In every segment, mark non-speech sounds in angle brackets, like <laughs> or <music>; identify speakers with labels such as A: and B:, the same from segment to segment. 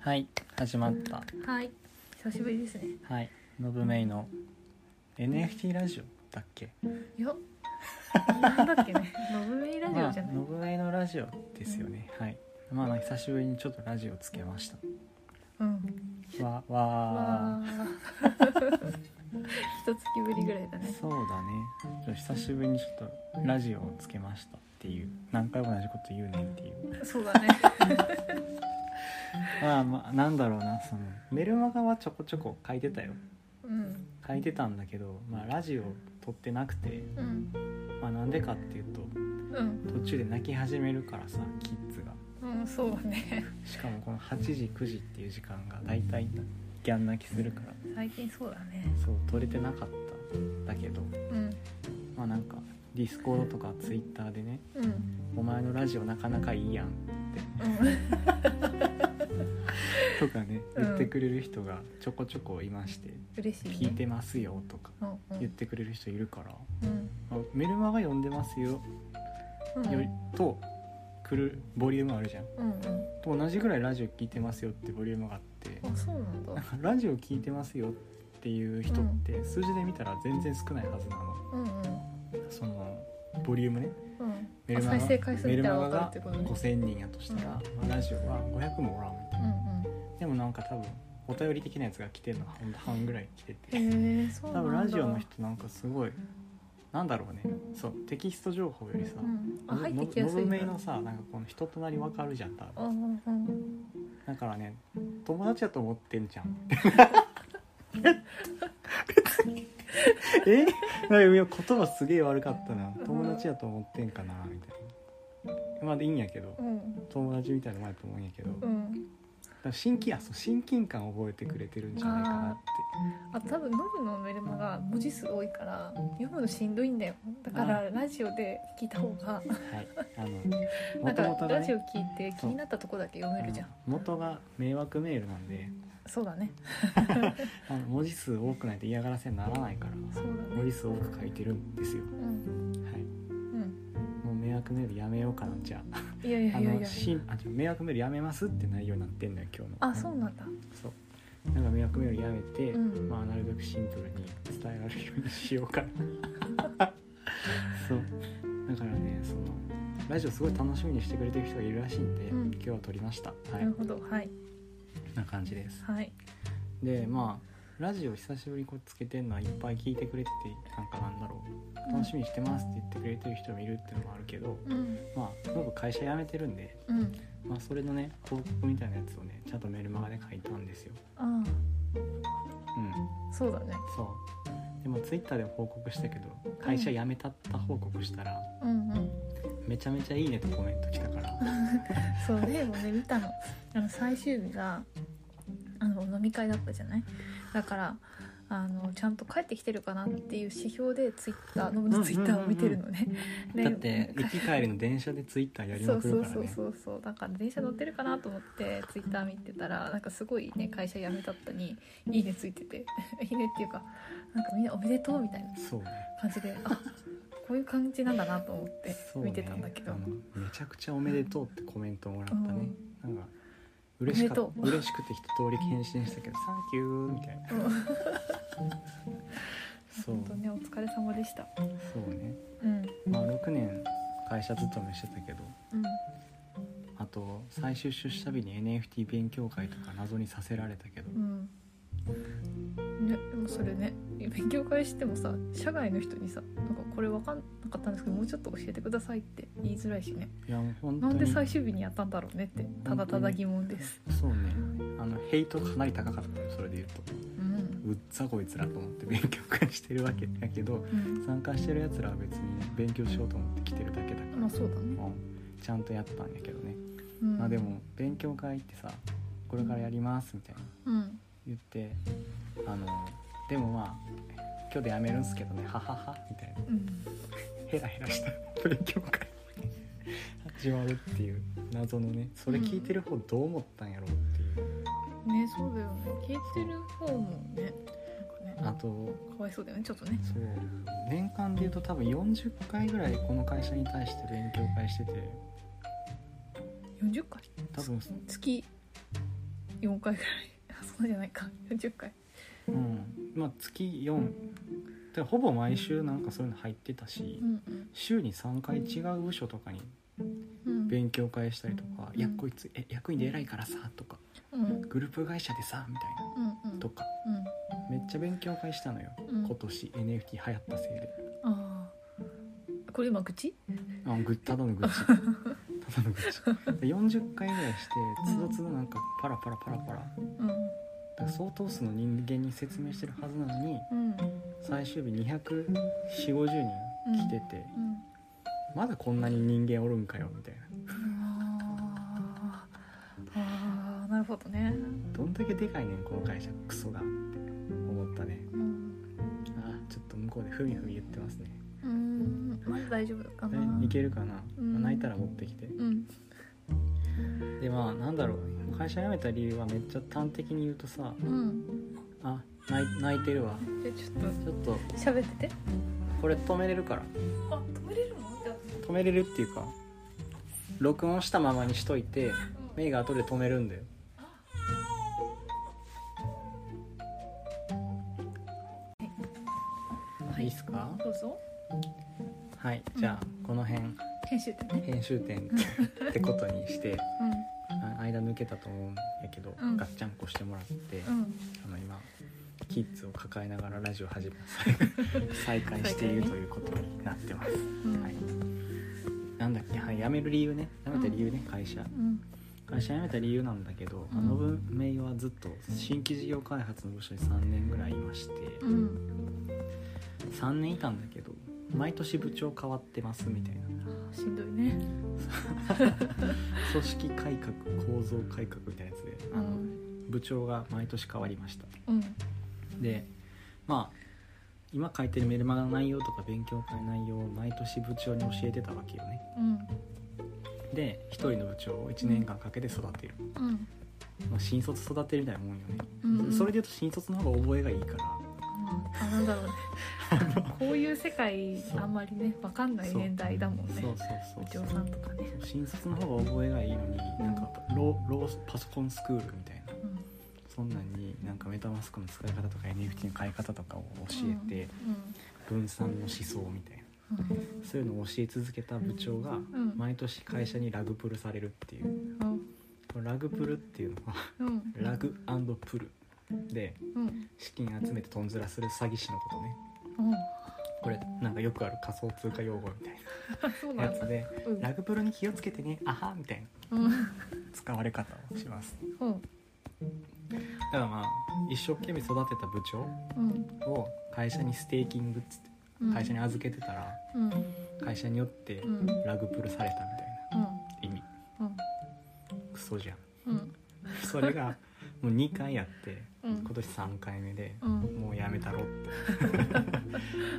A: はい始まった
B: はい久しぶりですね
A: はいノブメイの NFT ラジオだっけ
B: よっなんだっけ <laughs> ねノブメイラジ
A: ま
B: オ
A: あ
B: じゃない、
A: ノブメイのラジオですよねはいまあ久しぶりにちょっとラジオつけまし
B: うん
A: たわわ
B: わあ <laughs> 一月ぶりぐらいだ
A: ー
B: ね
A: そうだねちょっと久しぶりにちょっとラジオをつけましたっていう何回も同じこと言うねんっていう
B: そうだね
A: まあまあなんだろうなそのメルマガはちょこちょこ書いてたよ
B: <laughs> うん
A: 書いてたんだけど、まあ、ラジオ撮ってなくて
B: うん
A: まあなんでかっていうと
B: うん
A: 途中で泣き始めるからさキッズが
B: うんそうだね
A: しかもこの8時9時っていう時間が大体ギャン泣きするから
B: 最近そうだね
A: そう撮れてなかったんだけど
B: うん
A: まあなんかディスコードとかツイッターでね
B: うんうん
A: 「お前のラジオなかなかいいやん」とかね
B: うん
A: 言ってくれる人がちょこちょこいまして
B: 嬉し
A: 「
B: いね
A: 聞いてますよ」とか
B: うんうん
A: 言ってくれる人いるから
B: うん
A: 「あメルマガ読んでますよ」
B: うん
A: よりと来るボリュームあるじゃん
B: うんうん
A: と同じぐらいラジオ聞いてますよってボリュームがあって
B: あそうなんだ
A: なんかラジオ聞いてますよっていう人って数字で見たら全然少ないはずなの
B: うんうん
A: そのボリュームね
B: うんあ再生回数
A: メ
B: 見
A: ル
B: た
A: マガ
B: ら分かるっ
A: が
B: てことね
A: 5000人やとしたら、まあラジオは500もおらんみたいな、でもなんか多分お便り的なやつが来てるの半半ぐらい来て
B: うんう
A: て
B: んへえそう
A: 多
B: なんだ
A: 分ラジオの人なんかすごいなんだろうねそうテキスト情報よりさ、
B: うんあ
A: の
B: 入って
A: の
B: きやすい
A: のぶ
B: んだ
A: めいのさなんかこの人となりわかるじゃん多分
B: うんうんうん
A: だからね友達だと思ってんじゃ
B: <laughs>
A: ん別 <laughs> にえ <laughs> なんか言葉すげえ悪かったな友達だと思ってんかなみたいなまあでいいんやけど
B: うん
A: 友達みたいなもんやと思うんやけどだ
B: う
A: か
B: ん、
A: ら親近あそう親近感覚えてくれてるんじゃないかなって
B: あ多分ノブのメルマが文字数多いから読むのしんどいんだよだからラジオで聞いた方が
A: はいあの
B: <laughs>
A: も
B: なん
A: とも
B: か
A: とが
B: ラジ
A: ね
B: オ聞いて気になったとこだけ読めるじゃん
A: うん元が迷惑メールなんで
B: そうだね
A: あの文字数多くないと嫌がらせにならないから
B: そうだ
A: 文字
B: ね
A: 数多く書いてるんですよ
B: うん
A: はい
B: うん
A: もう迷惑メールやめようかなじゃあ
B: いやいや
A: あ
B: いやい
A: の
B: や
A: しあちょ迷惑メールやめますって内容になってんのよ今日の
B: あそうなんだ
A: そうなんか迷惑メールやめて、
B: うん
A: まあなるべくシンプルに伝えられるようにしようかな
B: <laughs>
A: そうだからねそのラジオすごい楽しみにしてくれてる人がいるらしいんで、
B: うん
A: 今日は撮りましたは
B: ないるほどはい
A: な感じです
B: はい
A: でまあラジオ久しぶりにこうつけてんのはいっぱい聞いてくれててなんかなんだろう楽しみにしてますって言ってくれてる人もいるっていうのもあるけど
B: うん
A: まあ僕会社辞めてるんで
B: うん
A: まあ、それのね報告みたいなやつをねちゃんとメルマガで書いたんですよ。
B: あ
A: うん、
B: あそうだね
A: そうでもツイッターでも報告したけど会社辞めたった報告したら、
B: うんうん
A: めちゃめちゃいいねとコメント来たから
B: そうでもね見たのあの最終日があの飲み会だったじゃないだからあのちゃんと帰ってきてるかなっていう指標でツイッターノブのツイッターを見てるのね。で
A: だって行き帰りの電車でツイッターやり
B: そ
A: ま
B: う
A: く
B: そ
A: る
B: う
A: からね
B: そうそうそうだから電車乗ってるかなと思ってツイッター見てたらなんかすごいね会社辞めたったに「いいね」ついてて <laughs> 「いいね」っていうかなんかみんな「おめでとう」みたいな
A: そうね
B: 感じであこういう感じなんだなと思って
A: そうね
B: 見てたんだけど
A: あのめちゃくちゃ「おめでとう」ってコメントもらったね、なんか嬉しか
B: お
A: っ
B: めでとう
A: 嬉しくて一通り返信したけど「サンキュー」みたいな
B: うん
A: そう
B: 本当ねお疲れ様でした。
A: そうね
B: うん
A: まあ6年会社勤めしてたけど
B: うん
A: あと最終出社日に NFT 勉強会とか謎にさせられたけど
B: うん、ね、でもそれね勉強会してもさ社外の人にさなんかこれ分かんなかったんですけどもうちょっと教えてくださいって言いづらいしね
A: いやもう本当
B: な
A: に
B: んで最終日にやったんだろうねってただただ疑問です
A: そうねあのヘイトかなり高かったよそれで言うと
B: うん、
A: うっざこいつらと思って勉強会してるわけだけど
B: うん、
A: 参加してるやつらは別に勉強しようと思って来てるだけだから、
B: まあそうだね、
A: うんちゃんとやったんやけどね、
B: うん、
A: まあでも勉強会ってさこれからやりますみたいな
B: うん
A: 言ってあのでもまあ今日でやめるんすけどねはははみたいな
B: うん
A: ヘラヘラした勉強会始まるっていう謎のねそれ聞いてる方どう思ったんやろうっていう、
B: ねそうだよね聞いてる方もねなんか
A: あ
B: ね
A: と
B: かわいそうだよねちょっとね
A: そう年間でいうと多分40回ぐらいこの会社に対して勉強会してて
B: 40回
A: 多分
B: 月4回ぐらいあそうじゃないか40回
A: うんまあ月4でほぼ毎週なんかそういうの入ってたし
B: うん
A: 週に3回違う部署とかに
B: うんうん
A: 勉強会したりとか「いやこいつえ役員で偉いからさ」とか
B: うん
A: 「グループ会社でさ」みたいな
B: うんうん
A: とか
B: うん
A: めっちゃ勉強会したのよ
B: うん
A: 今年 NFT 流行ったせいで
B: ああこれ今愚痴
A: あぐただの愚痴 <laughs> ただの愚痴で40回ぐらいしてつどつどなんかパラパラパラパラだか
B: うん
A: ら相当数の人間に説明してるはずなのに
B: うん
A: 最終日24050人来てて、
B: うん
A: まだこんなに人間おるんかよみたいな
B: あーあーなるほどね、
A: どんだけでかいねんこの会社クソがって思ったね
B: うん、
A: あーちょっと向こうでふみふみ言ってますね
B: うんまだ大丈夫かな
A: でいけるかな、
B: うん
A: まあ泣いたら持ってきて
B: うん
A: でまあなんだろう会社辞めた理由はめっちゃ端的に言うとさ
B: うん
A: あ泣い泣いてるわ
B: じゃあちょっ
A: ちょっと
B: と喋ってて
A: これ止めれるから
B: あ止めれるのじゃあ
A: 止めれるっていうか録音したままにしといてメイが後で止めるんだよ
B: はい
A: いいっすか
B: どうぞ
A: はいじゃあこの辺
B: 編集でね
A: 編集点 <laughs> ってことにして
B: う
A: あ間抜けたと思うんやけど、
B: うん
A: ガッチャンコしてもらって、
B: んうん
A: あの今キッズを抱えながらラジオ始め <laughs> ます再開しているということになってます、
B: うん
A: はいなんだっけはい辞める理由ね辞めた理由ね、会社
B: うん
A: 会社辞めた理由なんだけど、
B: うん
A: あの文明はずっと新規事業開発の部署に3年ぐらいいまして、
B: うん
A: 3年いたんだけど毎年部長変わってますみたいな
B: しんどいね
A: 組織改革構造改革みたいなやつであ
B: う
A: の、
B: ん
A: 部長が毎年変わりました
B: うん
A: でまあ今書いてるメルマガの内容とか勉強会の内容を毎年部長に教えてたわけよね
B: うん
A: で一人の部長を1年間かけて育てる、
B: うん
A: まあ、新卒育てるみたいなもんよね、
B: うん
A: それで言うと新卒の方が覚えがいいから
B: あなんだろうねこういう世界
A: そう
B: あんまりねわかんない年代だもんね
A: そうそう
B: 部
A: そう
B: 長さんとかね
A: そう新卒の方が覚えがいいのになんかローローパソコンスクールみたいな
B: うん
A: そんなんになんかメタマスクの使い方とか NFT の買い方とかを教えて分散の思想みたいな
B: う
A: そういうのを教え続けた部長が
B: ん
A: 毎年会社にラグプルされるっていうこのラグプルっていうの
B: <laughs>
A: は
B: うんうん
A: ラグプルで
B: うん
A: 資金集めてとんずらする詐欺師のことね
B: うん
A: これなんかよくある仮想通貨用語みたい
B: あそう
A: なや
B: なんだ
A: つで
B: うん
A: ラグプルに気をつけてねあはみたいな
B: うん
A: 使われ方をします
B: うん
A: だからまあ一生懸命育てた部長
B: うん
A: を会社にステーキングっつって
B: うん
A: 会社に預けてたら
B: うん
A: 会社によって
B: うんうん
A: ラグプルされたみたいな意味
B: うん
A: クソじゃん
B: うん
A: それがもう2回やって
B: うん
A: 今年3回目で
B: うん
A: もうやめたろって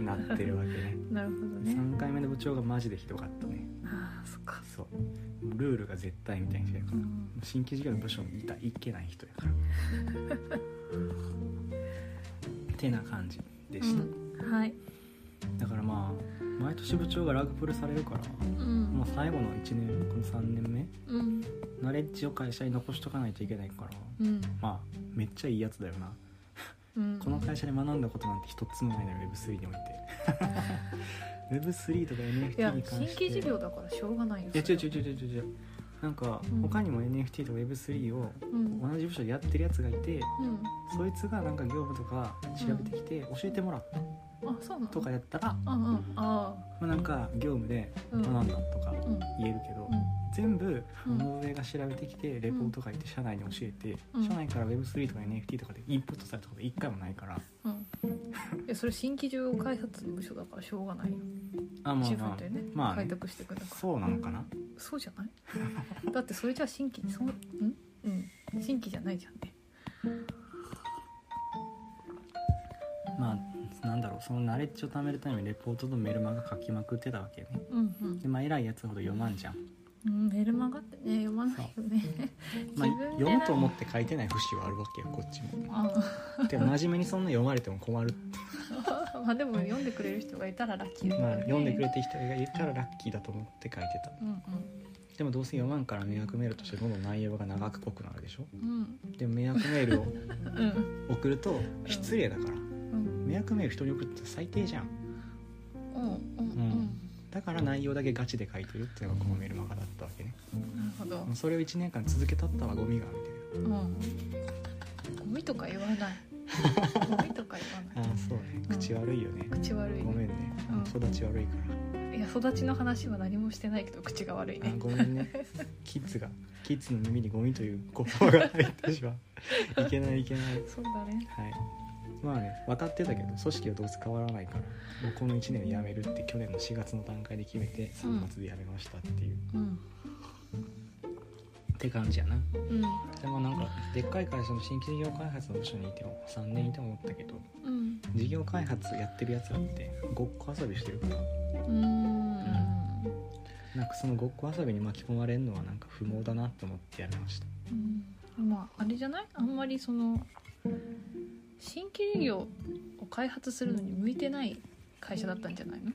A: なって <laughs> るわけね
B: なるほどね
A: 3回目の部長がマジでひどかったね
B: あーそっか
A: そうルールが絶対みたいにしてるか
B: う
A: ら
B: ん
A: 新規事業の部署にいたいけない人やからてな感じでした、
B: うんはい
A: だからまあ毎年部長がラグプルされるから
B: うん
A: もう最後の1年この3年目
B: うん
A: ナレッジを会社に残しとかないといけないから
B: うん
A: まあめっちゃいいやつだよな
B: うん
A: この会社で学んだことなんて一つもないのよ Web3
B: <laughs>
A: において Web3 とか
B: いや
A: NFT に関
B: 新
A: して
B: 規事業だからしょうがないよ
A: いや違う違う違う
B: う
A: 違う違うなんか
B: うん
A: 他にも NFT とか Web3 を
B: うん
A: 同じ部署でやってるやつがいて
B: うん
A: そいつがなんか業務とか調べてきて教えてもらった
B: あそうなの
A: とかやったら、ま
B: うんうんあ
A: あ、なんか業務で
B: うん
A: 学んだとか
B: あうん
A: 言えるけど
B: うん
A: 全部
B: うん
A: 物上が調べてきてレポート書いて社内に教えて
B: うん
A: 社内から Web3 とか NFT とかでインプットされたこと一回もないから
B: うん、いやそれ新規事業開発の部署だからしょうがないよ
A: あまあ
B: 自
A: ま
B: 分
A: あ
B: でね,、
A: まあね
B: 開拓していくんだから
A: そうなのかな
B: そうじゃない <laughs> だってそれじゃ新規そんうん、うん、新規じゃないじゃんね
A: まあなんだろうそのナレッジを貯めるためにレポートとメルマガ書きまくってたわけね
B: うん
A: でまあ偉いやつほど読まんじゃん、
B: うん、うん、メルマガってね読まないよね <laughs>
A: まあ
B: 自分、で
A: 読むと思って書いてない節はあるわけよこっち
B: <laughs>
A: も
B: あ
A: でも真面目にそんな読まれても困る、
B: あまあでも読んでくれる人がいたらラッキーだか
A: まあ、
B: ら、ね、
A: 読んでくれて人がいたらラッキーだと思って書いてた
B: うん
A: でもどうせ読まんから迷惑メールとしてどんどん内容が長く濃くなるでしょ
B: うん
A: でも迷惑メー <laughs> ルを
B: うん
A: 送ると失礼だから
B: うん
A: 迷惑メール人に送って最低じゃん
B: うんう
A: うんだから内容だけガチで書いてるっていうのがこのメルマガだったわけね
B: んなるほど
A: それを1年間続けたったはゴミがみたい
B: うんゴミとか言わないゴミとか言わな
A: <laughs> なああそうね口悪いよね
B: い、口悪い
A: ごめんね
B: うん
A: 育ち悪いから、
B: いや育ちの話は何もしてないけど口が悪い
A: あ
B: ね
A: ごめん <laughs> ねキッズがキッズの耳にゴミという言葉が入ってしまういけないいけない
B: そうだね
A: はいまあね分かってたけど組織はどうせ変わらないからもうこの1年で辞めるって去年の4月の段階で決めて3月で辞めましたっていう、
B: うん
A: って感じやな
B: うん
A: でもなんかでっかい会社の新規事業開発の部署にいても3年いても思ったけど
B: うん
A: 事業開発やってるやつらってごっこ遊びしてるから
B: うん
A: なんかそのごっこ遊びに巻き込まれるのはなんか不毛だなと思ってやめました
B: うんまああれじゃないあんまりその新規事業を開発するのに向いてない会社だったんじゃないの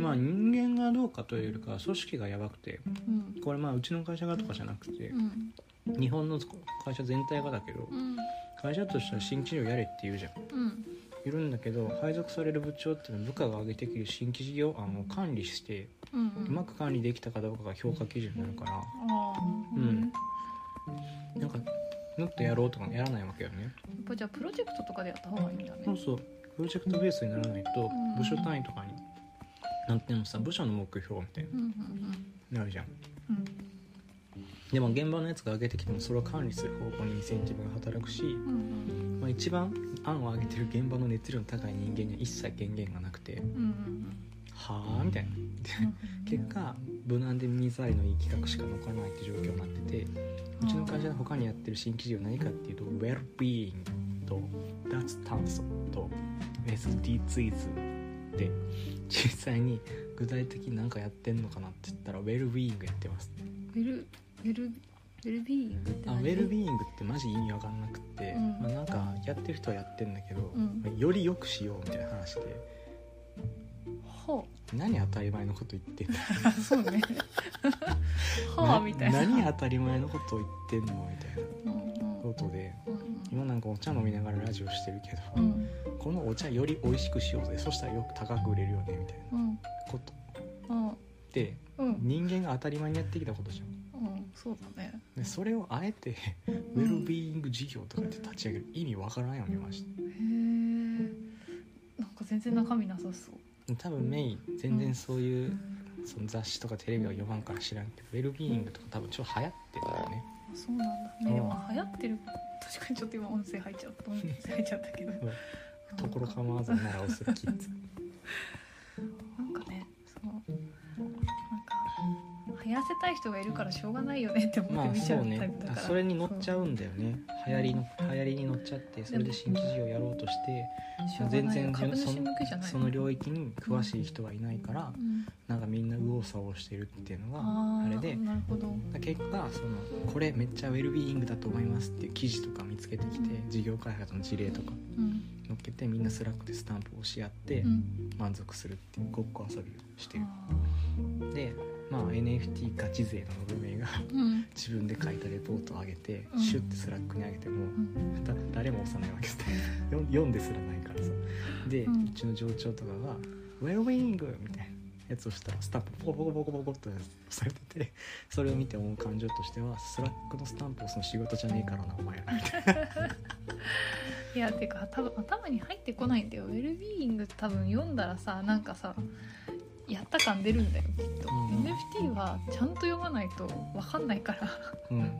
A: まあ人間がどうかというよりかは組織がやばくて
B: うん
A: これまあうちの会社がとかじゃなくて
B: うん
A: 日本の会社全体がだけど
B: うん
A: 会社としては新規事業やれって言うじゃん
B: うん
A: いるんだけど配属される部長っていうのは部下が上げてくる新規事業案を管理して
B: うん
A: うまく管理できたかどうかが評価基準になるから
B: ああ
A: うんなんかもっとやろうとかやらないわけよね
B: やっぱじゃあプロジェクトとかでやった方がいいんだね
A: そうそうプロジェクトベースにならないと
B: ん
A: 部署単位とかになんていうのさ部署の目標みたいに
B: うんうん
A: なるじゃん
B: うん
A: でも現場のやつが上げてきてもそれを管理する方向にインセンティブが働くし、
B: うんうん
A: まあ、一番案を上げてる現場の熱量の高い人間には一切権限がなくて
B: うんうん
A: はあみたいな結果無難で耳障りのいい企画しか残らないって状況になっててうちの会社で他にやってる新規事業何かっていうとウェルビーイングと脱炭素と SDGs で実際に具体的に何かやってんのかなって言ったらウェルビーイングやってます
B: ウェルウェルウェルビーイングって
A: あウ
B: 何
A: ェルビーイングってマジ意味わかんなくって、
B: うん
A: まあ、なんかやってる人はやってんだけど、
B: うん
A: まあより良くしようみたいな話で
B: ほ
A: 何当たり前のこと言ってんの
B: うそうねはあみたいな
A: 何当たり前のこと言ってんのみたいな
B: うんうん
A: ことで
B: うん
A: 今なんかお茶飲みながらラジオしてるけど、
B: うん
A: このお茶より美味しくしようぜそしたらよく高く売れるよねみたいな
B: うん
A: こと
B: うん
A: で
B: うん
A: 人間が当たり前にやってきたことじゃん
B: うんそうだね
A: でそれをあえてウェルビーイング事業とかって立ち上げる意味わからんようにまし
B: へえんか全然中身なさそう
A: た多分メイ全然そういうその雑誌とかテレビは読まんから知らんけどウェルビーイングとか多分ちょっと流行ってたよね
B: あそうなんだ
A: うん
B: ねでも流行ってる確かにちょっと今音声入っちゃった音声入っちゃったけど
A: んところ構わず習をす
B: <laughs>
A: るキッズ
B: なんかねそのなんか流行らせたい人がいるからしょうがないよねって思
A: ま
B: って
A: あ
B: 見ち
A: そう
B: ゃうタイ
A: ね
B: プだから、
A: それに乗っちゃ
B: う
A: うんだよね流行りの流行りに乗っちゃってそれで新規事業やろうとして
B: しょうが
A: 全
B: ない
A: 然
B: よ株
A: そ
B: 主向けじゃ
A: の
B: ない
A: その領域に詳しい人はいないから
B: うん
A: なんかみんな右往左往してるっていうの
B: あ
A: があ
B: ー
A: れで
B: なるほど
A: だ結果そのこれめっちゃウェルビーイングだと思いますっていう記事とか見つけてきて事業開発の事例とか
B: うん
A: 載っけてみんなスラックでスタンプを押し合って
B: うん
A: 満足するっていうごっこ遊びをしてる
B: あ
A: でまあ NFT ガチ勢の運営が
B: ーうん
A: 自分で書いたレポートを上げて
B: うん
A: シュッてスラックに上げても
B: うん
A: だ誰も押さないわけですね <laughs> 読ん読んですらないからさで、う
B: うん
A: ちの上長とかが「ウェルウィング!」みたいなやつをしたらスタンプボコボコボコボコっと押されててそれを見て思う感情としてはスラックのスタンプをその仕事じゃねえからなお前らみたい
B: いやてか多分頭に入ってこないんだよウェルビーイング多分読んだらさなんかさやった感出るんだよきっと、
A: うん
B: NFT はちゃんと読まないと分かんない
A: <laughs>
B: から、
A: な、うん、はい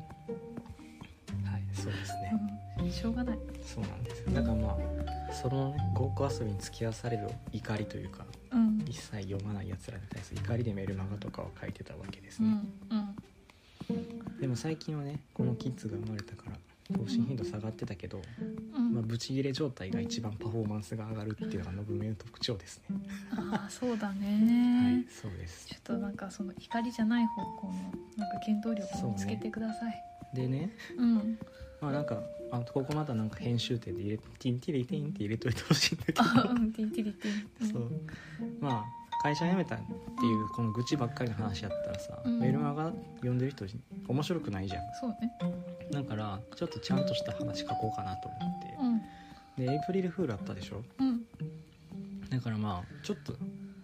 A: そうですね、
B: うんしょうがない
A: そうなんですよだからまあそのね合コン遊びに付き合わされる怒りというか
B: うん
A: 一切読まないやつらに対する怒りでメルマガとかを書いてたわけです
B: う
A: ね、
B: んうん
A: でも最近はねこのキッズが生まれたから更新頻度下がってたけど、
B: うん、
A: まあ、ブチ切れ状態が一番パフォーマンスが上がるっていうのがノブメの特徴ですね、
B: ああそうだ
A: は
B: ね
A: い、そうです
B: ちょっとなんかその怒りじゃない方向のなんか原動力を見つけてください
A: でね
B: う,、ん
A: まあなんかあここまたなんか編集点で入れティンティリティンって入れといてほしいんだけ
B: あうんティンティリティン
A: どそうまあ会社辞めたっていうこの愚痴ばっかりの話やったらさ、
B: うん
A: メルマガ読んでる人面白くないじゃん
B: そうね
A: だからちょっとちゃんとした話書こうかなと思って
B: うん
A: でエイプリルフールあったでしょ
B: うん
A: だからまあちょっと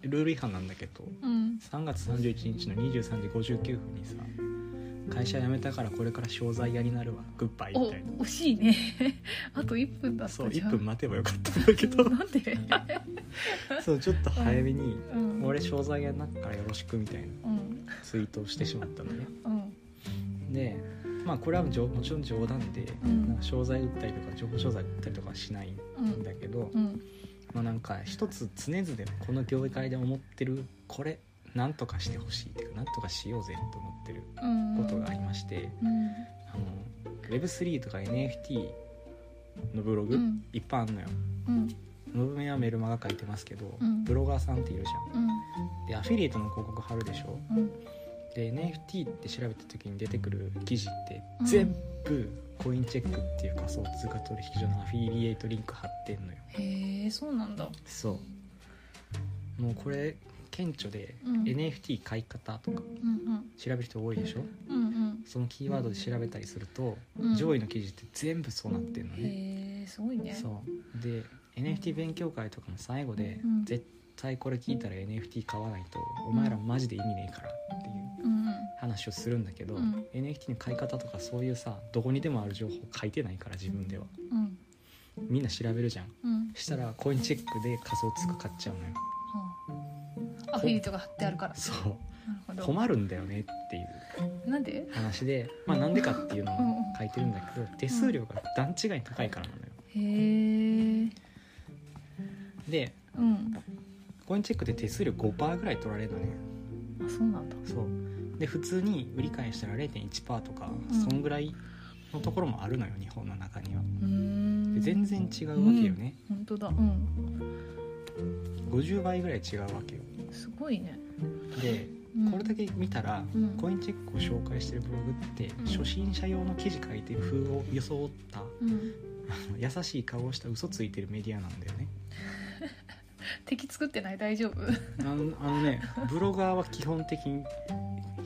A: ルール違反なんだけど
B: うん
A: 3月31日の23時59分にさ会社辞めたからこれから商材屋になるわグッバイみたいな
B: お惜しいね <laughs> あと1分だった
A: そう
B: じゃん
A: 1分待てばよかったんだけ
B: <laughs>
A: ど
B: なんで
A: そうちょっと早めに
B: う
A: 「
B: ん
A: 俺商材屋になったからよろしく」みたいな
B: うん
A: ツイートをしてしまったのね
B: うん
A: でまあこれはじょもちろん冗談で、
B: うん
A: なんか商材売ったりとか情報商材売ったりとかはしないん
B: うん
A: だけど、
B: うん
A: まあなんか一つ常々この業界で思ってるこれなんとかしてほしいっていうかなんとかしようぜって思ってる
B: うん
A: ことがありまして、
B: うん
A: あの Web3 とか NFT のブログ、
B: うん
A: いっぱいあんのよ。
B: うん
A: ムブメはメルマガ書いてますけど、
B: うん
A: ブロガーさんっているじゃ
B: うん
A: んでアフィリエイトの広告貼るでしょ
B: うん
A: で NFT って調べた時に出てくる記事って
B: うん
A: 全部コインチェックっていう仮想通貨取引所のアフィリエイトリンク貼ってんのよ
B: へえそうなんだ
A: そうもうこれ顕著で、
B: うん
A: NFT 買い方とか
B: うんうん
A: 調べる人多いでしょ
B: うん
A: そのキーワードで調べたりすると、
B: うん
A: 上位の記事って全部そうなってんの
B: うん
A: ね、
B: へえすごいね
A: そうで NFT 勉強会とかも最後で、
B: うん
A: 絶対これ聞いたら NFT 買わないとお前らマジで意味ねえからっていう
B: うん
A: 話をするんだけど、
B: うん
A: NFT の買い方とかそういうさどこにでもある情報書いてないから自分では
B: うん
A: みんな調べるじゃん
B: うん
A: したらコインチェックで仮想通貨買っちゃうのよ
B: はあアフィリエイトが貼ってあるから
A: そう
B: なるほど
A: 困るんだよねっていう
B: なんで
A: 話でまあなんでかっていうの
B: うんう
A: も
B: ん
A: 書いてるんだけど手数料が段違いに高いからなのよ
B: へえ
A: で
B: うん
A: コインチェックで手数料5%ぐらい取られるのね
B: あそうなんだ
A: そうで普通に売り買いしたら0.1%とか、
B: うん
A: そんぐらいのところもあるのよ日本の中には
B: うーん
A: で全然違うわけよね、
B: 本当だうん
A: 50倍ぐらい違うわけよ
B: すごいね
A: でこれだ
B: け
A: け見たら、
B: うん
A: コインチェックを紹介してるブログって、
B: ん
A: 初心者用の記事書いて風を装ったあ
B: うん
A: の優しい顔をした嘘ついてるメディアなんだよね
B: 敵作ってない大丈夫
A: あのあのねブロガーは基本的に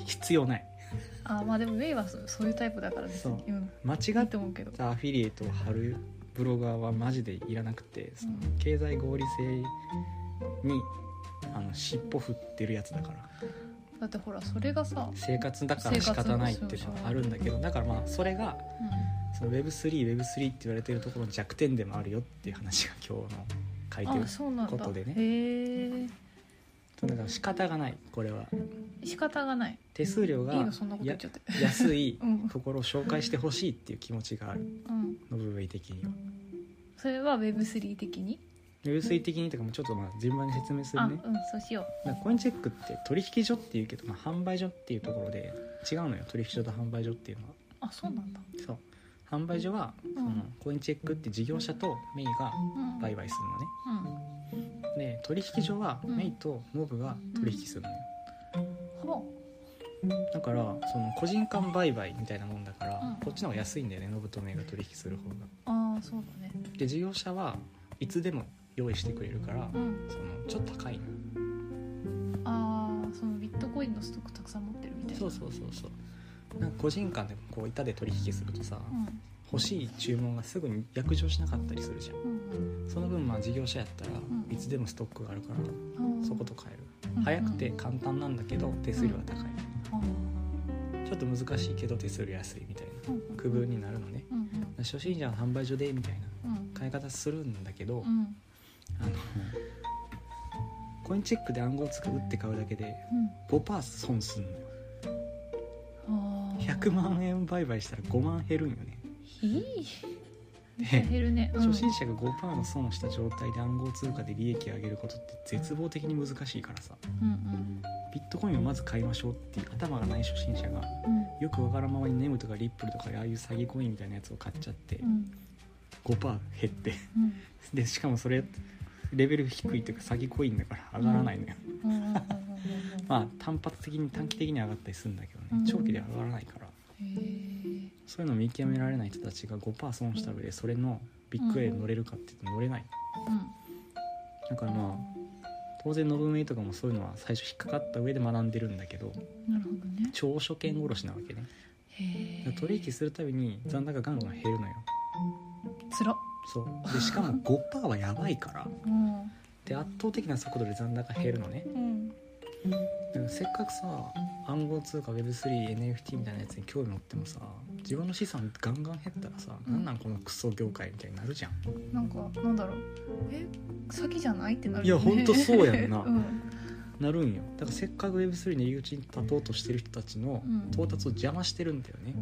A: 必要ない
B: あまあでもウェイはそそういうタイプだから別に
A: そう
B: うん
A: 間違
B: いい
A: っ
B: と思うけど
A: アフィリエイトを貼るブロガーはマジでいらなくてその経済合理性にあの尻尾振ってるやつだから
B: だってほらそれがさ、
A: 生活だから仕方ないっていうのはあるんだけどだからまあそれがその Web3Web3 って言われてるところの弱点でもあるよっていう話が今日の書いてる
B: あそうなん
A: こ
B: だ
A: とでね
B: へえ
A: だから仕方がないこれは
B: 仕方がない
A: 手数料
B: い
A: が
B: いのそんなこと言っちゃって
A: や安い
B: うん
A: ところを紹介してほしいっていう気持ちがある
B: うん
A: の部分的には
B: それは Web3 的に
A: Web3 的にとかもちょっとまあ順番に説明す
B: あ
A: る
B: う
A: ね
B: んそうしよう
A: だからコインチェックって取引所っていうけど、まあ、販売所っていうところで違うのよ取引所と販売所っていうのは
B: あそうなんだ
A: そう販売所は
B: うん
A: そのコインチェックって事業者とメイが
B: うん
A: 売買するのね
B: うん
A: で取引所は
B: うん
A: メイとモブが取引するのよ
B: ほ
A: だからその個人間売買みたいなもんだから
B: うん
A: こっちの方が安いんだよねノブとメイが取引する方が
B: うああそうだね
A: で事業者はいつでも用意してくれるから
B: うん
A: そのちょっと高いの
B: ああそのビットコインのストックたくさん持ってるみたいな
A: そうそうそうそうなんか個人間でもこう板で取引するとさ、
B: うん
A: 欲しい注文がすぐに約定しなかったりするじゃ
B: うん
A: んその分まあ事業者やったら
B: ん
A: いつでもストックがあるから
B: うんあー
A: そこと変える
B: うん
A: 早くて簡単なんだけど手数料が高い
B: あー
A: ちょっと難しいけど手数料安いみたいな
B: うんうん
A: 区分になるのね
B: うんうん
A: 初心者の販売所でみたいな
B: うん
A: 買い方するんだけど
B: うん
A: あのコインチェックで暗号つく打って買うだけで5%損すんのよ
B: うんあー
A: 100万円売買したら5万減るんよね
B: いい減るね、うん、
A: 初心者が5%の損をした状態で暗号通貨で利益を上げることって絶望的に難しいからさ
B: うん
A: ビットコインをまず買いましょうっていう頭がない初心者が
B: うん
A: よくわからんままにネムとかリップルとかああいう詐欺コインみたいなやつを買っちゃって
B: うん
A: 5%減って <laughs>
B: うん
A: でしかもそれレベル低いというか詐欺コインだから上がらないのよ
B: うんうんうんうんうん
A: まあ単発的に短期的に上がったりするんだけど
B: う
A: ね
B: ん
A: 長期では上がらないから
B: へ
A: そういうのを見極められない人たちが5%損した上でそれのビッグウェイに乗れるかって言うと乗れない
B: ーう
A: だ
B: ん
A: からまあ当然ノブメイとかもそういうのは最初引っかかった上で学んでるんだけど
B: なるほどね
A: 長所見殺しなわけね
B: へえ
A: 取引するたびに残高がんがん減るのよ
B: つら
A: そうでしかも5%はやばいから
B: うん
A: で圧倒的な速度で残高減るのね
B: うん
A: だからせっかくさ暗号通貨 Web3NFT みたいなやつに興味持ってもさ自分の資産ガンガン減ったらさ、
B: うん
A: なんなんこのクソ業界みたいになるじゃん
B: なんかなんだろうえ詐欺じゃないってなる
A: いや
B: よね
A: ほんとそうやんな
B: <laughs> うん
A: なるんよだからせっかく Web3 の入り口に立とうとしてる人たちの
B: うん
A: 到達を邪魔してるんだよね、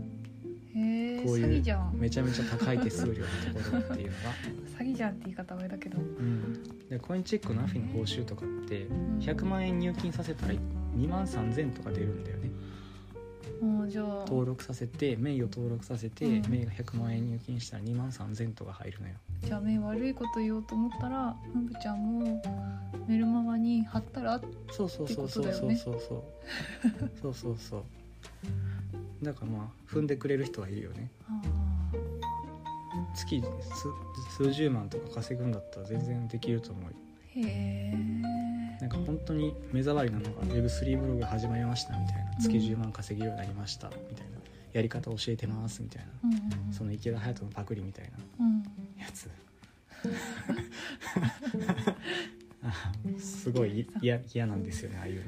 B: へえ
A: こういう
B: 詐欺じゃん
A: めちゃめちゃ高い手数料のところっていうのは、
B: 詐欺じゃんって言い方はあれだけど
A: うん、でコインチェックのアフィの報酬とかって
B: ん
A: 100万円入金させたら2万3000とか出るんだよね
B: もうじゃあ
A: 登録させて名誉登録させて
B: うん
A: 名が100万円入金したら2万3000とか入るのよ
B: じゃあ目悪いこと言おうと思ったらのぶちゃんもメルマガに貼ったら
A: そうそうそうそうそうそうそう、そうそうそうだからまあ踏んでくれる人はいるよね
B: あ
A: 月数数十万とか稼ぐんだったら全然できると思うよ
B: ーへえ
A: なんか本当に目障りなのが Web3 ブログ始まりましたみたいな月10万稼げるようになりましたみたいなやり方教えてますみたい
B: うん
A: なその池田隼人のパクリみたいな
B: うん
A: やつあすごい嫌嫌なんですよねああいうの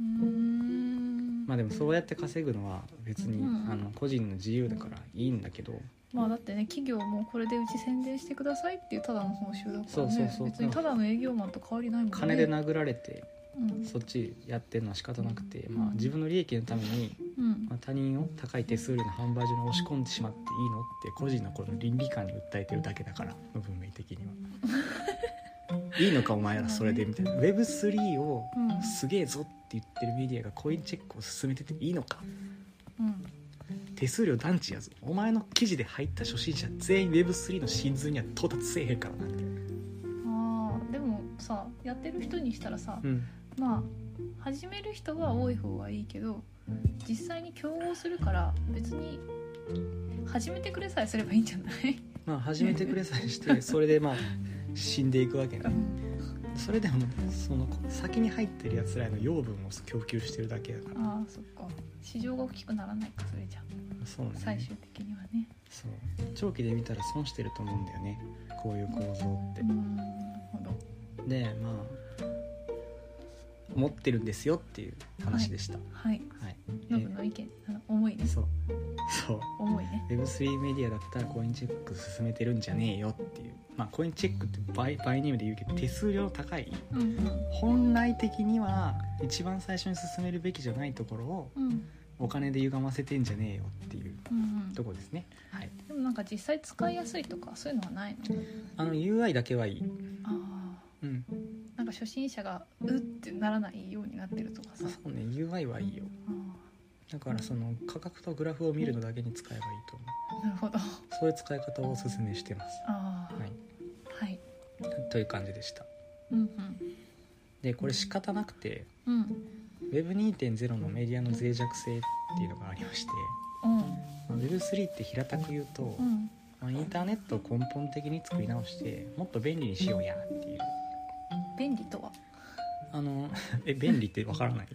B: うん
A: まあでもそうやって稼ぐのは別に
B: うん
A: あの個人の自由だからいいんだけど
B: まあだってね企業もこれでうち宣伝してくださいっていうただの報酬だからね
A: そうそうそう
B: 別にただの営業マンと変わりないもんね
A: 金で殴られて
B: うん
A: そっちやってるのは仕方なくて、まあ、自分の利益のために
B: うん
A: まあ他人を高い手数料の販売所に押し込んでしまっていいのって個人のこの倫理観に訴えてるだけだから文明的に <laughs> はいいのかお前らそれでみたいな Web3 を
B: うん
A: すげえぞって言ってるメディアがコインチェックを進めてていいのか
B: うん
A: 手数料団地やぞお前の記事で入った初心者全員 Web3 の真髄には到達せえへんからなって
B: あーでもさやってる人にしたらさ、
A: うん
B: まあ始める人は多い方がいいけど実際に競合するから別に始めてくれさえすればいいんじゃない、 <laughs>
A: まあ始めてくれさえして <laughs> それでまあ死んでいくわけ
B: う
A: ね
B: ん、
A: それでもその先に入ってるやつらへの養分を供給してるだけだから
B: あーそっか市場が大きくならないかそれじゃ
A: そうね
B: 最終的にはね
A: そう長期で見たら損してると思うんだよねこういう構造って
B: うーんなるほど
A: でまあ持ってるんですよっていう話でしたは
B: はい
A: い、
B: ノブ
A: え
B: の意見あの思いで
A: ー
B: す
A: そうそう
B: 思いね
A: Web3 メディアだったらコインチェック進めてるんじゃねえよっていうまあコインチェックってバイバイネームで言うけど手数料の高い
B: うん
A: 本来的には一番最初に進めるべきじゃないところを
B: うんうん
A: お金で歪ませてんじゃねえよっていう
B: うん
A: とこですねはい
B: でもなんか実際使いやすいとかそういうのはないの
A: あの UI だけはいい
B: あ
A: うん
B: ーなんか初心者がうってならないようになってるとかさ
A: あそうね UI はいいよ
B: あ
A: だからその価格とグラフを見るのだけに使えばいいと思う
B: ーなるほど
A: そういう使い方をおすすめしてます
B: ああ
A: はい
B: はい
A: という感じでした
B: うん
A: でこれ仕方なくて
B: うんうん
A: Web2.0 のメディアの脆弱性っていうのがありまして
B: う
A: まあ Web3 って平たく言うと、
B: んうん
A: まあインターネットを根本的に作り直してもっと便利にしようやっていう
B: 便利とは
A: あの <laughs> え便利ってわからない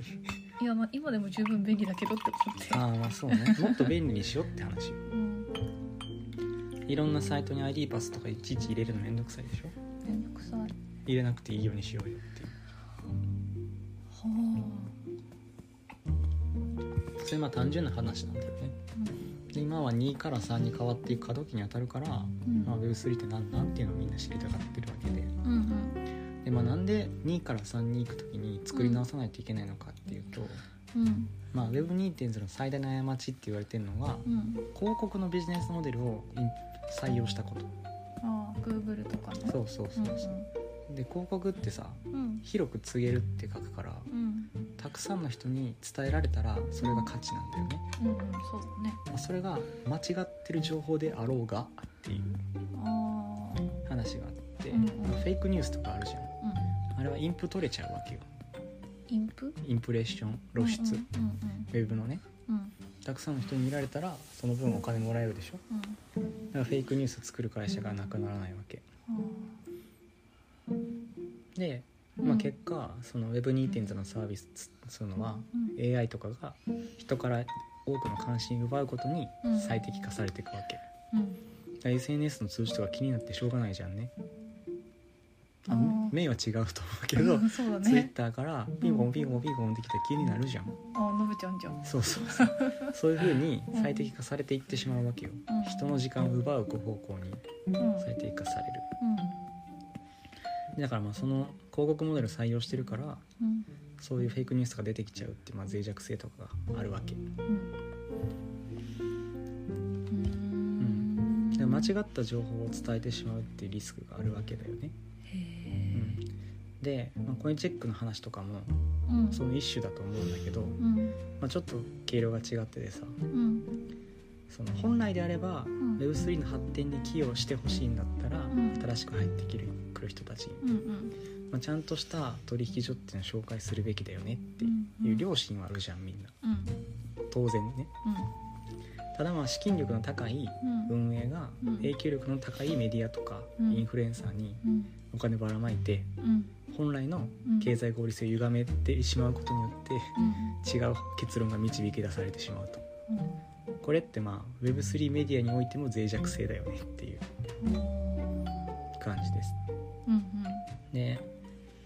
B: いやまあ今でも十分便利だけどってことで
A: <laughs> ああまあそうね <laughs> もっと便利にしようって話
B: うん
A: いろんなサイトに ID パスとかいちいち入れるのめんどくさいでしょ
B: めんどくさいは
A: 入れなくていいようにしようよっていう
B: あ、
A: それまあ単純な話なんだよねで今は2から3に変わっていく過渡期に当たるから、ま
B: うん、
A: あ、Web3 って何なんっていうのをみんな知りたがってるわけで
B: うんうん
A: で、まあ、なんで2から3に行く時に作り直さないといけないのかっていうと、
B: うん
A: まあ、Web2.0 の最大の過ちって言われてるのが
B: うん
A: 広告のビジネスモデルをイン採用したこと
B: ああ Google とかね
A: そうそうそうそう、で広告ってさ
B: うんうん
A: 広く告げるって書くから
B: うん
A: たくさんの人に伝えられたらそれが価値なんだよね、
B: うんうんそうだね
A: まあ、それが間違ってる情報であろうがっていう
B: ああ
A: 話があって、
B: うん
A: まあフェイクニュースとかあるじゃん
B: うん
A: あれはインプ取れちゃうわけよ
B: インプ
A: インプレッション露出、
B: うん
A: ウェブのね
B: うんうん
A: たくさんの人に見られたらその分お金もらえるでしょ
B: うん
A: だからフェイクニュース作る会社がなくならないわけ
B: うん
A: でまあ、結果その Web2.0 のサービスっていうのは AI とかが人から多くの関心を奪うことに最適化されていくわけ、
B: う
A: だ
B: ん
A: から SNS の通知とか気になってしょうがないじゃんねあ
B: あー
A: メインは違うと思うけど、
B: そうだね
A: Twitter からピンポンピンポンピンポンってきて気になるじゃん
B: あのぶちゃんじゃん
A: そうそうそう <laughs> そういうふうに最適化されていってしまうわけよ
B: うん
A: 人の時間を奪うご方向に
B: うんうん
A: 最適化されるだからまあその広告モデル採用してるから
B: うん
A: そういうフェイクニュースが出てきちゃうっていうまあ脆弱性とかがあるわけ
B: うん
A: で間違った情報を伝えてしまうっていうリスクがあるわけだよね、
B: へ
A: う
B: え
A: ん、で、まあ、コインチェックの話とかも
B: うん
A: その一種だと思うんだけど、
B: うん
A: まあ、ちょっと経路が違っててさ
B: うん
A: その本来であれば
B: ん
A: Web3 の発展に寄与してほしいんだったら
B: ん
A: 新しく入ってくる来る人たちに、
B: うんうん
A: まあ、ちゃんとした取引所っていうのを紹介するべきだよねっていう良心はあるじゃんみんな
B: うん
A: 当然ね
B: う
A: ただまあ資金力の高い
B: んうん
A: 運営が
B: うん
A: 影響力の高いメディアとか
B: うん
A: インフルエンサーに
B: うん
A: お金ばらまいて
B: うん
A: 本来の
B: うん
A: 経済合理性を歪めてしまうことによっ
B: うん
A: て違う結論が導き出されてしまうと
B: うん
A: これってまあ Web3 メディアにおいても脆弱性だよねっていう感じです
B: うん
A: で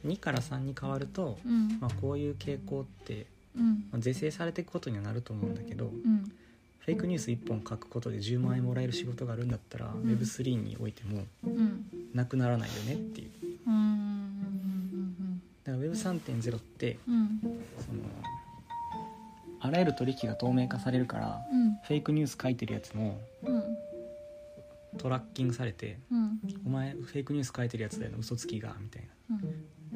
A: 2から3に変わると、
B: うん
A: まあ、こういう傾向って、
B: うん
A: まあ是正されていくことにはなると思うんだけど
B: うん
A: フェイクニュース1本書くことで10万円もらえる仕事があるんだったら
B: ん
A: Web3 においても
B: うん
A: なくならないよねっていう
B: うんうん
A: だから Web3.0 って
B: うん
A: そのあらゆる取引が透明化されるから
B: うん
A: フェイクニュース書いてるやつも
B: うん
A: トラッキングされて
B: うん
A: 「お前フェイクニュース書いてるやつだよな嘘つきが」みたいな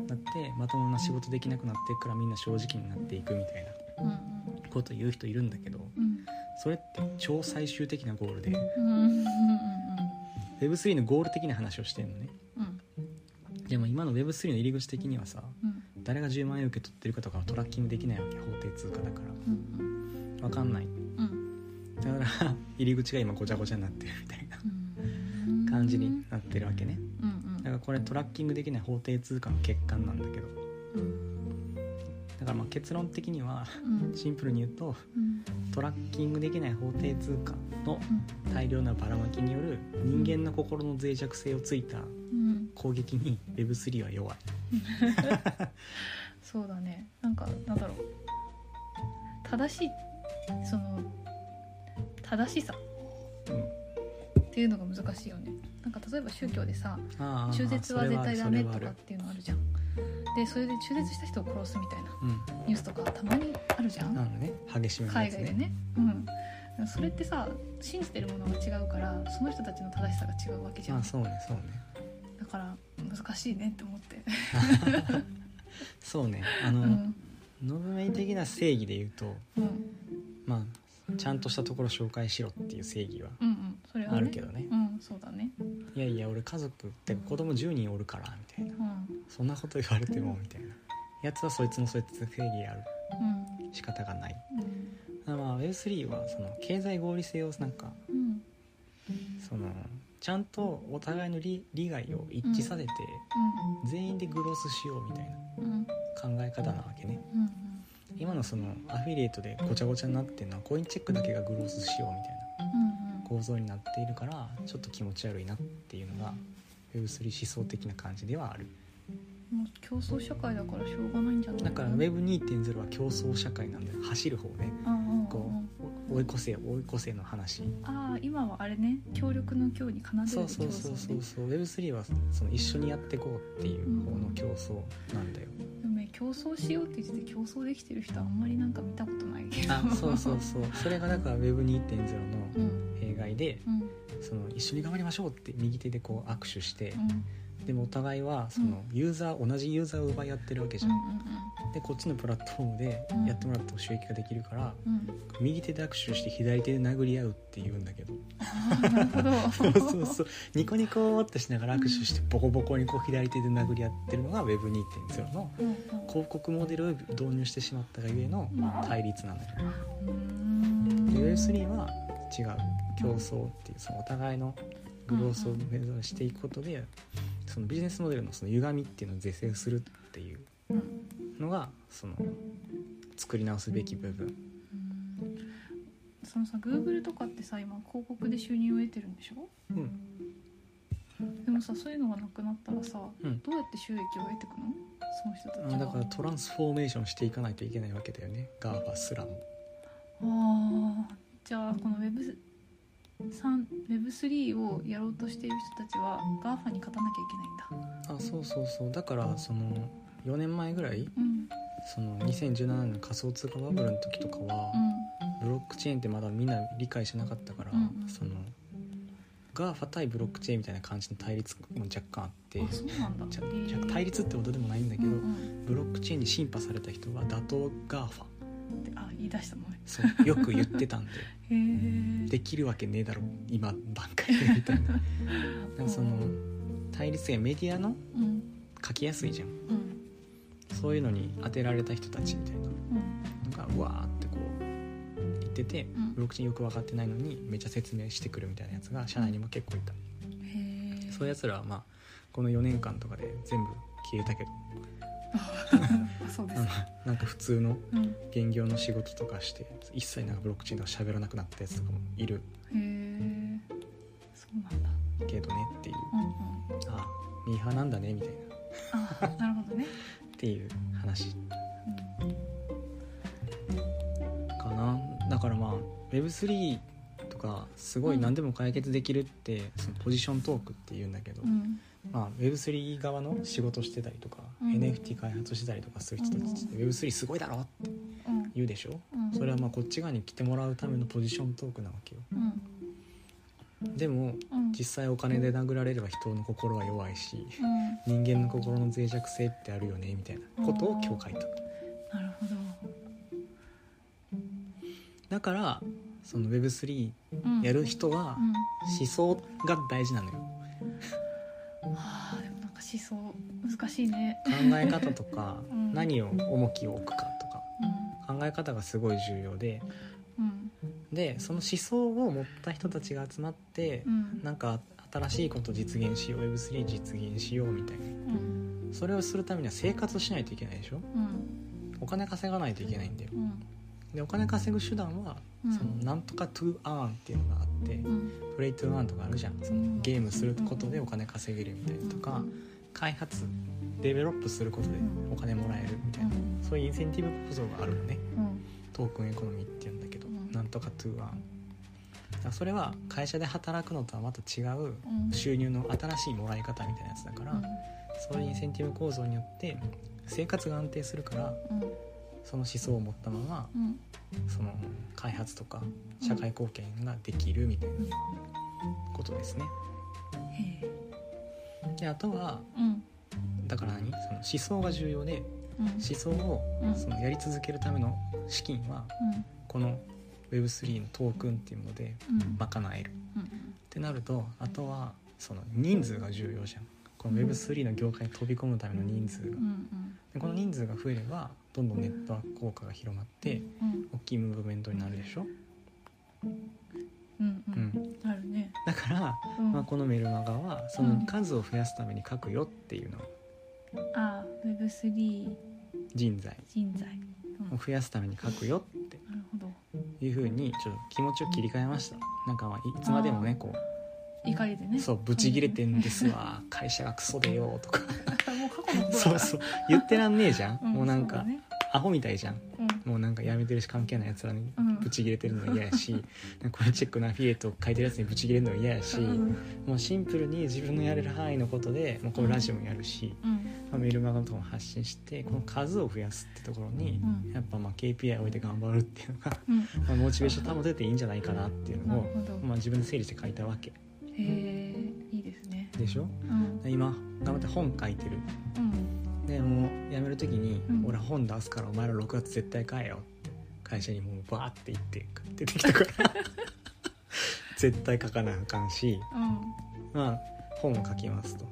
A: なってまともな仕事できなくなっていくからみんな正直になっていくみたいなこと言う人いるんだけどそれって超最終的なゴールで Web3 のゴール的な話をしてんのねでも今の Web3 の入り口的にはさ誰が10万円受け取ってるかとかはトラッキングできないわけ法定通貨だから分かんないだから入り口が今ごちゃごちゃになってるみたいな感じになってるわけねだからこれトラッキングできない法定通貨の欠陥なんだけどだからまあ結論的にはシンプルに言うとトラッキングできない法定通貨の大量なばらまきによる人間の心の脆弱性をついた攻撃に Web3 は弱い
B: そうだねなんかなんだろう正しいその正しさ
A: うん
B: っていうのが難しいよねなんか例えば宗教でさ
A: ああ
B: 中絶は
A: それ
B: 絶対ダメと
A: それ
B: か
A: はあ
B: っ
A: る
B: ていうのあるじゃんでそれで中絶した人を殺すみたいな
A: うん
B: ニュースとかたまにあるじゃん
A: なのね激しめのや
B: 海
A: つ
B: 外で
A: ね
B: ね、うん、それってさ信じてるものが違うからその人たちの正しさが違うわけじゃ
A: ま
B: ん
A: あ
B: だ
A: そうねそうね
B: から難しいねって思って
A: そうねあ
B: う
A: の、
B: ん
A: ノブメイ的な正義で言うと
B: うん
A: まあちゃんとしたところ紹介しろっていう正義は
B: うんうんそれはね
A: あるけどね
B: うんそうだね
A: いやいや俺家族って子供10人おるからみたいな
B: うん
A: そんなこと言われてもみたいなやつはそいつのそいつの正義ある
B: うん
A: 仕方がない
B: うん
A: まあ Web3 はその経済合理性をなんか
B: うん
A: そのちゃんとお互いの利利害を一致させて全員でグロスしようみたいな
B: うんうん
A: 考え方なわけね
B: うん
A: 今のそのアフィリエイトでごちゃごちゃになってるのはコインチェックだけがグロスしようみたいな
B: うん
A: 構造になっているからちょっと気持ち悪いなっていうのが Web3 思想的な感じではある
B: うんもう競争社会だからしょうがないんじゃない
A: だから Web2.0 は競争社会なんで走る方ねこう追い越せ追い越せの話
B: ああ今はあれね協力の協に奏で
A: そう
B: る競
A: そうそう
B: 争
A: そ
B: ね
A: うそう Web3 はその一緒にやっていこうっていう方の競争なんだよ、
B: でもね競争しようって言ってて競争できてる人はあんまりなんか見たことないけど
A: あそうそうそう <laughs> それがだから Web2.0 の
B: うん
A: 弊害で
B: うん
A: その一緒に頑張りましょうって右手でこう握手して
B: うん
A: でもお互いはそのユーザー同じユーザーを奪い合ってるわけじゃん、でこっちのプラットフォームでやってもらった収益ができるから
B: うんうんうん
A: 右手で握手して左手で殴り合うって言うんだけど
B: あーなるほど
A: そうそうそうニコニコってしながら握手してボコボコにこう左手で殴り合ってるのが Web2.0 の
B: うん
A: 広告モデルを導入してしまったがゆえの対立なんだよ
B: うん
A: で Web3 は違う競争っていうそのお互いのグロースを目指していくことでそのビジネスモデルのその歪みっていうのを是正するっていう
C: うん
A: のがその作り直すべき部分
B: そのさ Google とかってさ今広告で収入を得てるんでしょ
A: うん
B: でもさそういうのがなくなったらさ、
A: うん
B: どうやって収益を得てくのその人たち
A: あ
B: が
A: だからトランスフォーメーションしていかないといけないわけだよねガーバすらも
B: あーじゃあこの Web3 Web3 をやろうとしている人たちは GAFA に勝たなきゃいけないんだ
A: あそうそうそうだからその4年前ぐらい
B: うん
A: その2017年の仮想通貨バブルの時とかは、ブロックチェーンってまだみんな理解してなかったから、
B: うん
A: その GAFA 対ブロックチェーンみたいな感じの対立も若干あって
B: うんあそうなんだ
A: じゃ
B: へー
A: じゃ対立ってことでもないんだけど、
B: うんうん
A: ブロックチェーンに進化された人は打倒 GAFA
B: ってあ言い出したのね
A: そうよく言ってたんで <laughs>
B: へえ
A: できるわけねえだろ今段階でみた
B: <laughs>
A: いななんかその対立がメディアの
B: うん
A: 書きやすいじゃん
B: うん
A: そういうのに当てられた人たちみたいな
B: うん
A: のがうわーってこう言ってて
B: うん
A: ブロックチェーンよく分かってないのにめっちゃ説明してくるみたいなやつが社内にも結構いた
B: へえ
A: そういうやつらはまあこの4年間とかで全部消えたけど
B: あそうで
A: あ
B: す
A: のなんか普通の
B: うんへ
A: 現業の仕事とかして一切なんかブロックチェーンとか喋らなくなったやつとかもいる
B: えそうなんだ
A: けどねっていう
B: うんうん
A: あミーハーなんだねみたいな
B: あなるほどね
A: っていう話かなだからまあ Web3 とかすごい何でも解決できるって、そのポジショントークっていうんだけど、
B: うんうん
A: まあ、Web3 側の仕事してたりとか、
B: うん
A: NFT 開発してたりとかする人たちって Web3 すごいだろって
B: うん
A: 言うでしょ、
B: うん
A: それはまあこっち側に来てもらうためのポジショントークなわけよ
B: うん
A: でも
B: うん
A: 実際お金で殴られれば人の心は弱いし
B: うん
A: 人間の心の脆弱性ってあるよねみたいなことを今日書いた
B: なるほど
A: だからその Web3
B: うん
A: やる人は
B: うん
A: 思想が大事なのよ
B: はあでもなんか思想難しいね
A: 考え方とか
B: うん
A: 何を重きを置くかとか
B: う
A: 考え方がすごい重要で
B: んうん
A: でその思想を持った人たちが集まって
B: うん
A: なんか新しいこと実現しよう Web3 実現しようみたいな
B: うん
A: それをするためには生活をしないといけないでしょ
B: うん
A: お金稼がないといけないんだよ
B: うん
A: でお金稼ぐ手段は
B: うん
A: そのなんとか to earn っていうのがあって
B: うん
A: プレイ to earn とかあるじゃんそのゲームすることでお金稼げるみたいなとか開発デベロップすることでお金もらえるみたいな
B: うん
A: そういうインセンティブ構造があるのね
B: うん
A: トークンエコノミーって言うんだけど
B: うん
A: なんとか to earn だからそれは会社で働くのとはまた違う
B: うん
A: 収入の新しいもらい方みたいなやつだからそういうインセンティブ構造によって生活が安定するから
B: うん
A: その思想を持ったまま
B: うん
A: その開発とか社会貢献ができるみたいなことですね。
B: へえ
A: であとは
B: うん
A: だから何その思想が重要で
B: うん
A: 思想を
B: うん
A: そのやり続けるための資金は
B: うん
A: この Web3 のトークンっていうもので
B: うん
A: 賄えるっ
B: うん
A: てなるとあとはその人数が重要じゃんこの Web3 の業界に飛び込むための人数が
B: うんうん
A: でこの人数が増えればどんどんネットワーク効果が広まって
B: うん
A: 大きいムーブメントになるでしょ、
B: うん
A: う
B: う
A: んん、
B: あるね
A: だから、
B: うん
A: まあ、
B: あ
A: このメルマガはその数を増やすために書くよっていうのを
B: あ Web3
A: 人材
B: 人材うん
A: を増やすために書くよって
B: なるほど
A: いう風にちょっと気持ちを切り替えましたなんかまあいつまでもねこ
B: 怒りで
A: う
B: ね
A: そうブチギレてんですわ会社がクソでよとか
B: もう過去のことだ
A: そうそう言ってらんねえじゃん
B: ん
A: もうなん
B: そ
A: か
B: だね
A: アホみたいじゃん
B: うん
A: もうなんかやめてるし関係ないやつらに
B: うん
A: ブチギレてるの嫌や
B: <laughs>
A: しなんかこれチェックのアフィリエイトを書いてるやつにブチギレるの嫌やし
B: うん
A: もうシンプルに自分のやれる範囲のことでもうこのラジオもやるし、
B: うん
A: まあ、メールマガとかも発信してこの数を増やすってところに
B: うん
A: やっぱまあ KPI 置いて頑張るっていうのが <laughs>
B: うん
A: まあモチベーション保てていいんじゃないかなっていう
B: な
A: の
B: る
A: を
B: ほど
A: まあ、自分で整理して書いたわけ
B: へえいいですね
A: でしょ
B: うん
A: で今頑張って本書いてる
B: うん
A: でもう辞める時に、
B: うん
A: 俺本出すからお前ら6月絶対買えよ」って会社にもうバーって行って出てきたから <laughs> 絶対書かなあかんし
B: うん
A: まあ本を書きますと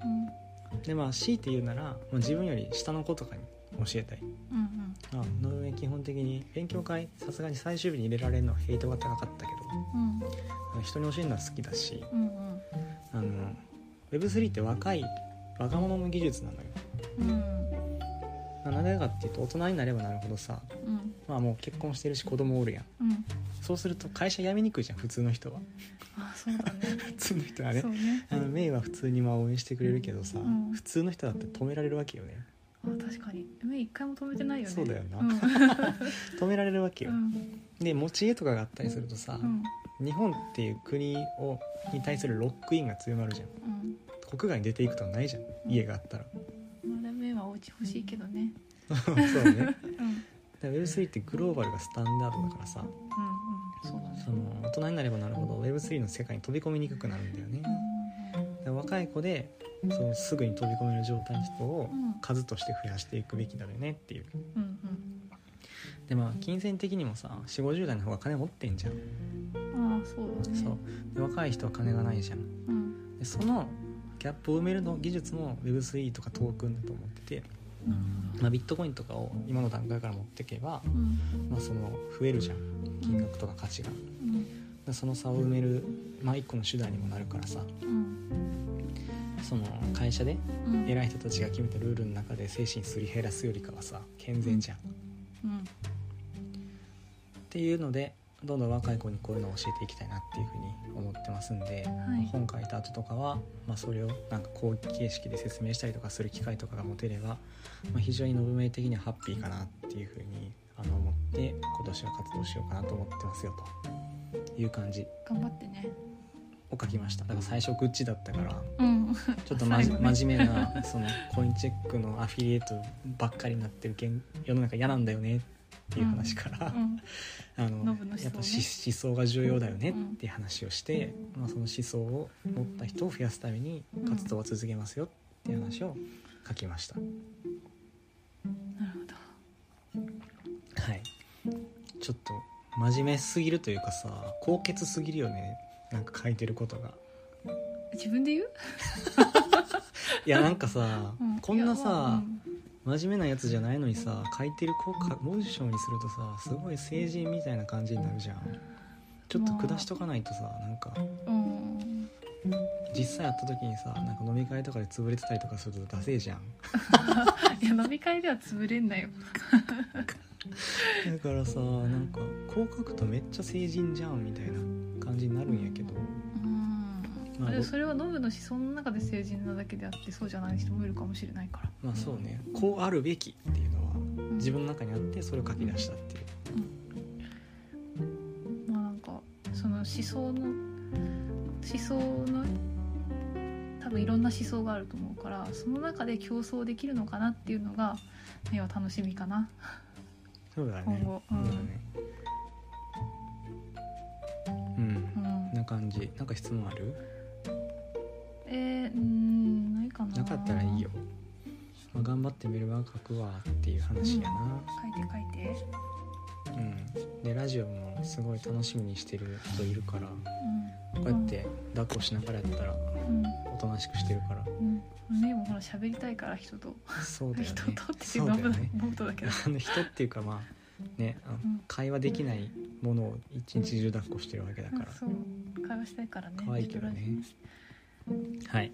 B: うん
A: でまあ強いて言うなら、まあ、自分より下の子とかに教えたい
B: うん
A: あノルウェー基本的に勉強会さすがに最終日に入れられるのはヘイトが高かったけど
B: うん
A: あの人に教えるのは好きだし
B: うんうん
A: あの Web3 って若い若者の技術なのよ
B: うん
A: まあなんでかっていうと大人になればなるほどさ
B: うん
A: まあもう結婚してるし子供おるやん
B: うん
A: そうすると会社辞めにくいじゃん普通の人は
B: あそうだね
A: 普通の人はね
B: そうね
A: あのメイは普通にまあ応援してくれるけどさ、
B: うん
A: 普通の人だって止められるわけよね
B: あ確かに目一回も止めてないよね
A: そうだよな
B: うん
A: 止められるわけよ、
B: うん
A: で持ち家とかがあったりするとさ、
B: うん
A: 日本っていう国をに対するロックインが強まるじゃん
B: うん
A: 国外に出ていくとはないじゃん家があ
B: <laughs>
A: ったら
B: まだ目はお家欲しいけどね
A: そうねだか
B: うんうん
A: ら Web3 ってグローバルがスタンダードだからさ
B: うんそうだね
A: その大人になればなるほど Web3 の世界に飛び込みにくくなるんだよねだから若い子でそのすぐに飛び込める状態の人を
B: うん
A: 数として増やしていくべきだよねっていう
B: うんうん
A: でまあ金銭的にもさ4 5 0代の方が金持ってんじゃん
B: うんあそうだね
A: そうで若い人は金がないじゃん
B: うん
A: でそのギャップを埋めるの技術も Web3 とかトークンだと思ってて、
B: なるほど
A: まあ、ビットコインとかを今の段階から持っていけば、
B: うん
A: まあ、その増えるじゃん金額とか価値が
B: うん
A: でその差を埋める、まあ、一個の手段にもなるからさ
B: うん
A: その会社で
B: うん
A: 偉い人たちが決めたルールの中で精神すり減らすよりかはさ健全じゃんっ
B: うん
A: ていうのでどんどん若い子にこういうのを教えていきたいなっていうふうに思ってますんで、
B: はい
A: 本書いた後とかは、まあ、それをなんか講義形式で説明したりとかする機会とかが持てれば、まあ、非常にノブメイ的にはハッピーかなっていうふうにあの思って今年は活動しようかなと思ってますよという感じ
B: 頑張ってね
A: を書きましただから最初グッチだったから
B: うん
A: <laughs> ちょっとまじ、
B: 最後ね
A: 真面目なそのコインチェックのアフィリエイトばっかりになってる現世の中嫌なんだよねっていう話から、
B: うん
A: あの
B: ノブの思想ね
A: やっぱ思思想が重要だよねっていう話をして、まあ、その思想を持った人を増やすために活動は続けますよっていう話を書きました、
B: なるほど
A: はいちょっと真面目すぎるというかさ高潔すぎるよねなんか書いてること
B: <laughs>
A: が
B: 自分で言う
A: いやなんかさ、
B: うん
A: こんない
B: やまあ
A: さ
B: う、ん
A: 真面目なやつじゃないのにさ書いてるこうか文章にするとさすごい成人みたいな感じになるじゃんちょっと下しとかないとさなんか
B: うん
A: 実際会った時にさなんか飲み会とかで潰れてたりとかするとダセえじゃん
B: いや飲み会では潰れんなよ
A: <laughs> だからさなんかこう書くとめっちゃ成人じゃんみたいな感じになるんやけど
B: うん
A: まあ
B: でもそれはノブの思想の中で成人なだけであってそうじゃない人もいるかもしれないから
A: まあそうねこうあるべきっていうのは
B: うん
A: 自分の中にあってそれを書き出したっていう
B: まあなんかその思想の思想の多分いろんな思想があると思うからその中で競争できるのかなっていうのが目は楽しみかな
A: そうだね
B: 今後、う
A: そ
B: ん
A: うだねうん
B: うん
A: こんな感じなんか質問ある
B: えー、うんないかな
A: なかったらいいよ、まあ、頑張ってメルマガ書くわっていう話やな
B: 書いて書いて、
A: うんでラジオもすごい楽しみにしてる人いるから
B: う
A: こうやって抱っこしながらやったら
B: ん
A: おとなしくしてるから
B: うんうん、ねもほら喋りたいから人と、
A: そうだよね
B: <laughs> 人とってい
A: そうう
B: の
A: だ
B: は
A: よね
B: ノブだけど
A: あの人っていうかまあねあの
B: うん
A: 会話できないものを一日中抱っこしてるわけだから、
B: そう会話したいからね
A: 可愛いけどねはい今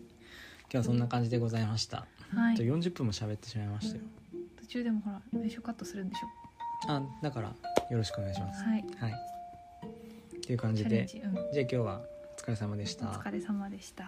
A: 日はそんな感じでございました、
B: は
A: と
B: い
A: 40分も喋ってしまいましたよ
B: 途中でもほら練習カットするんでしょ
A: あだからよろしくお願いします
B: はい
A: はいっていう感じ
B: チャレ
A: で
B: ンジ、うん、
A: じゃあ今日はお疲れ様でした
B: お疲れ様でした。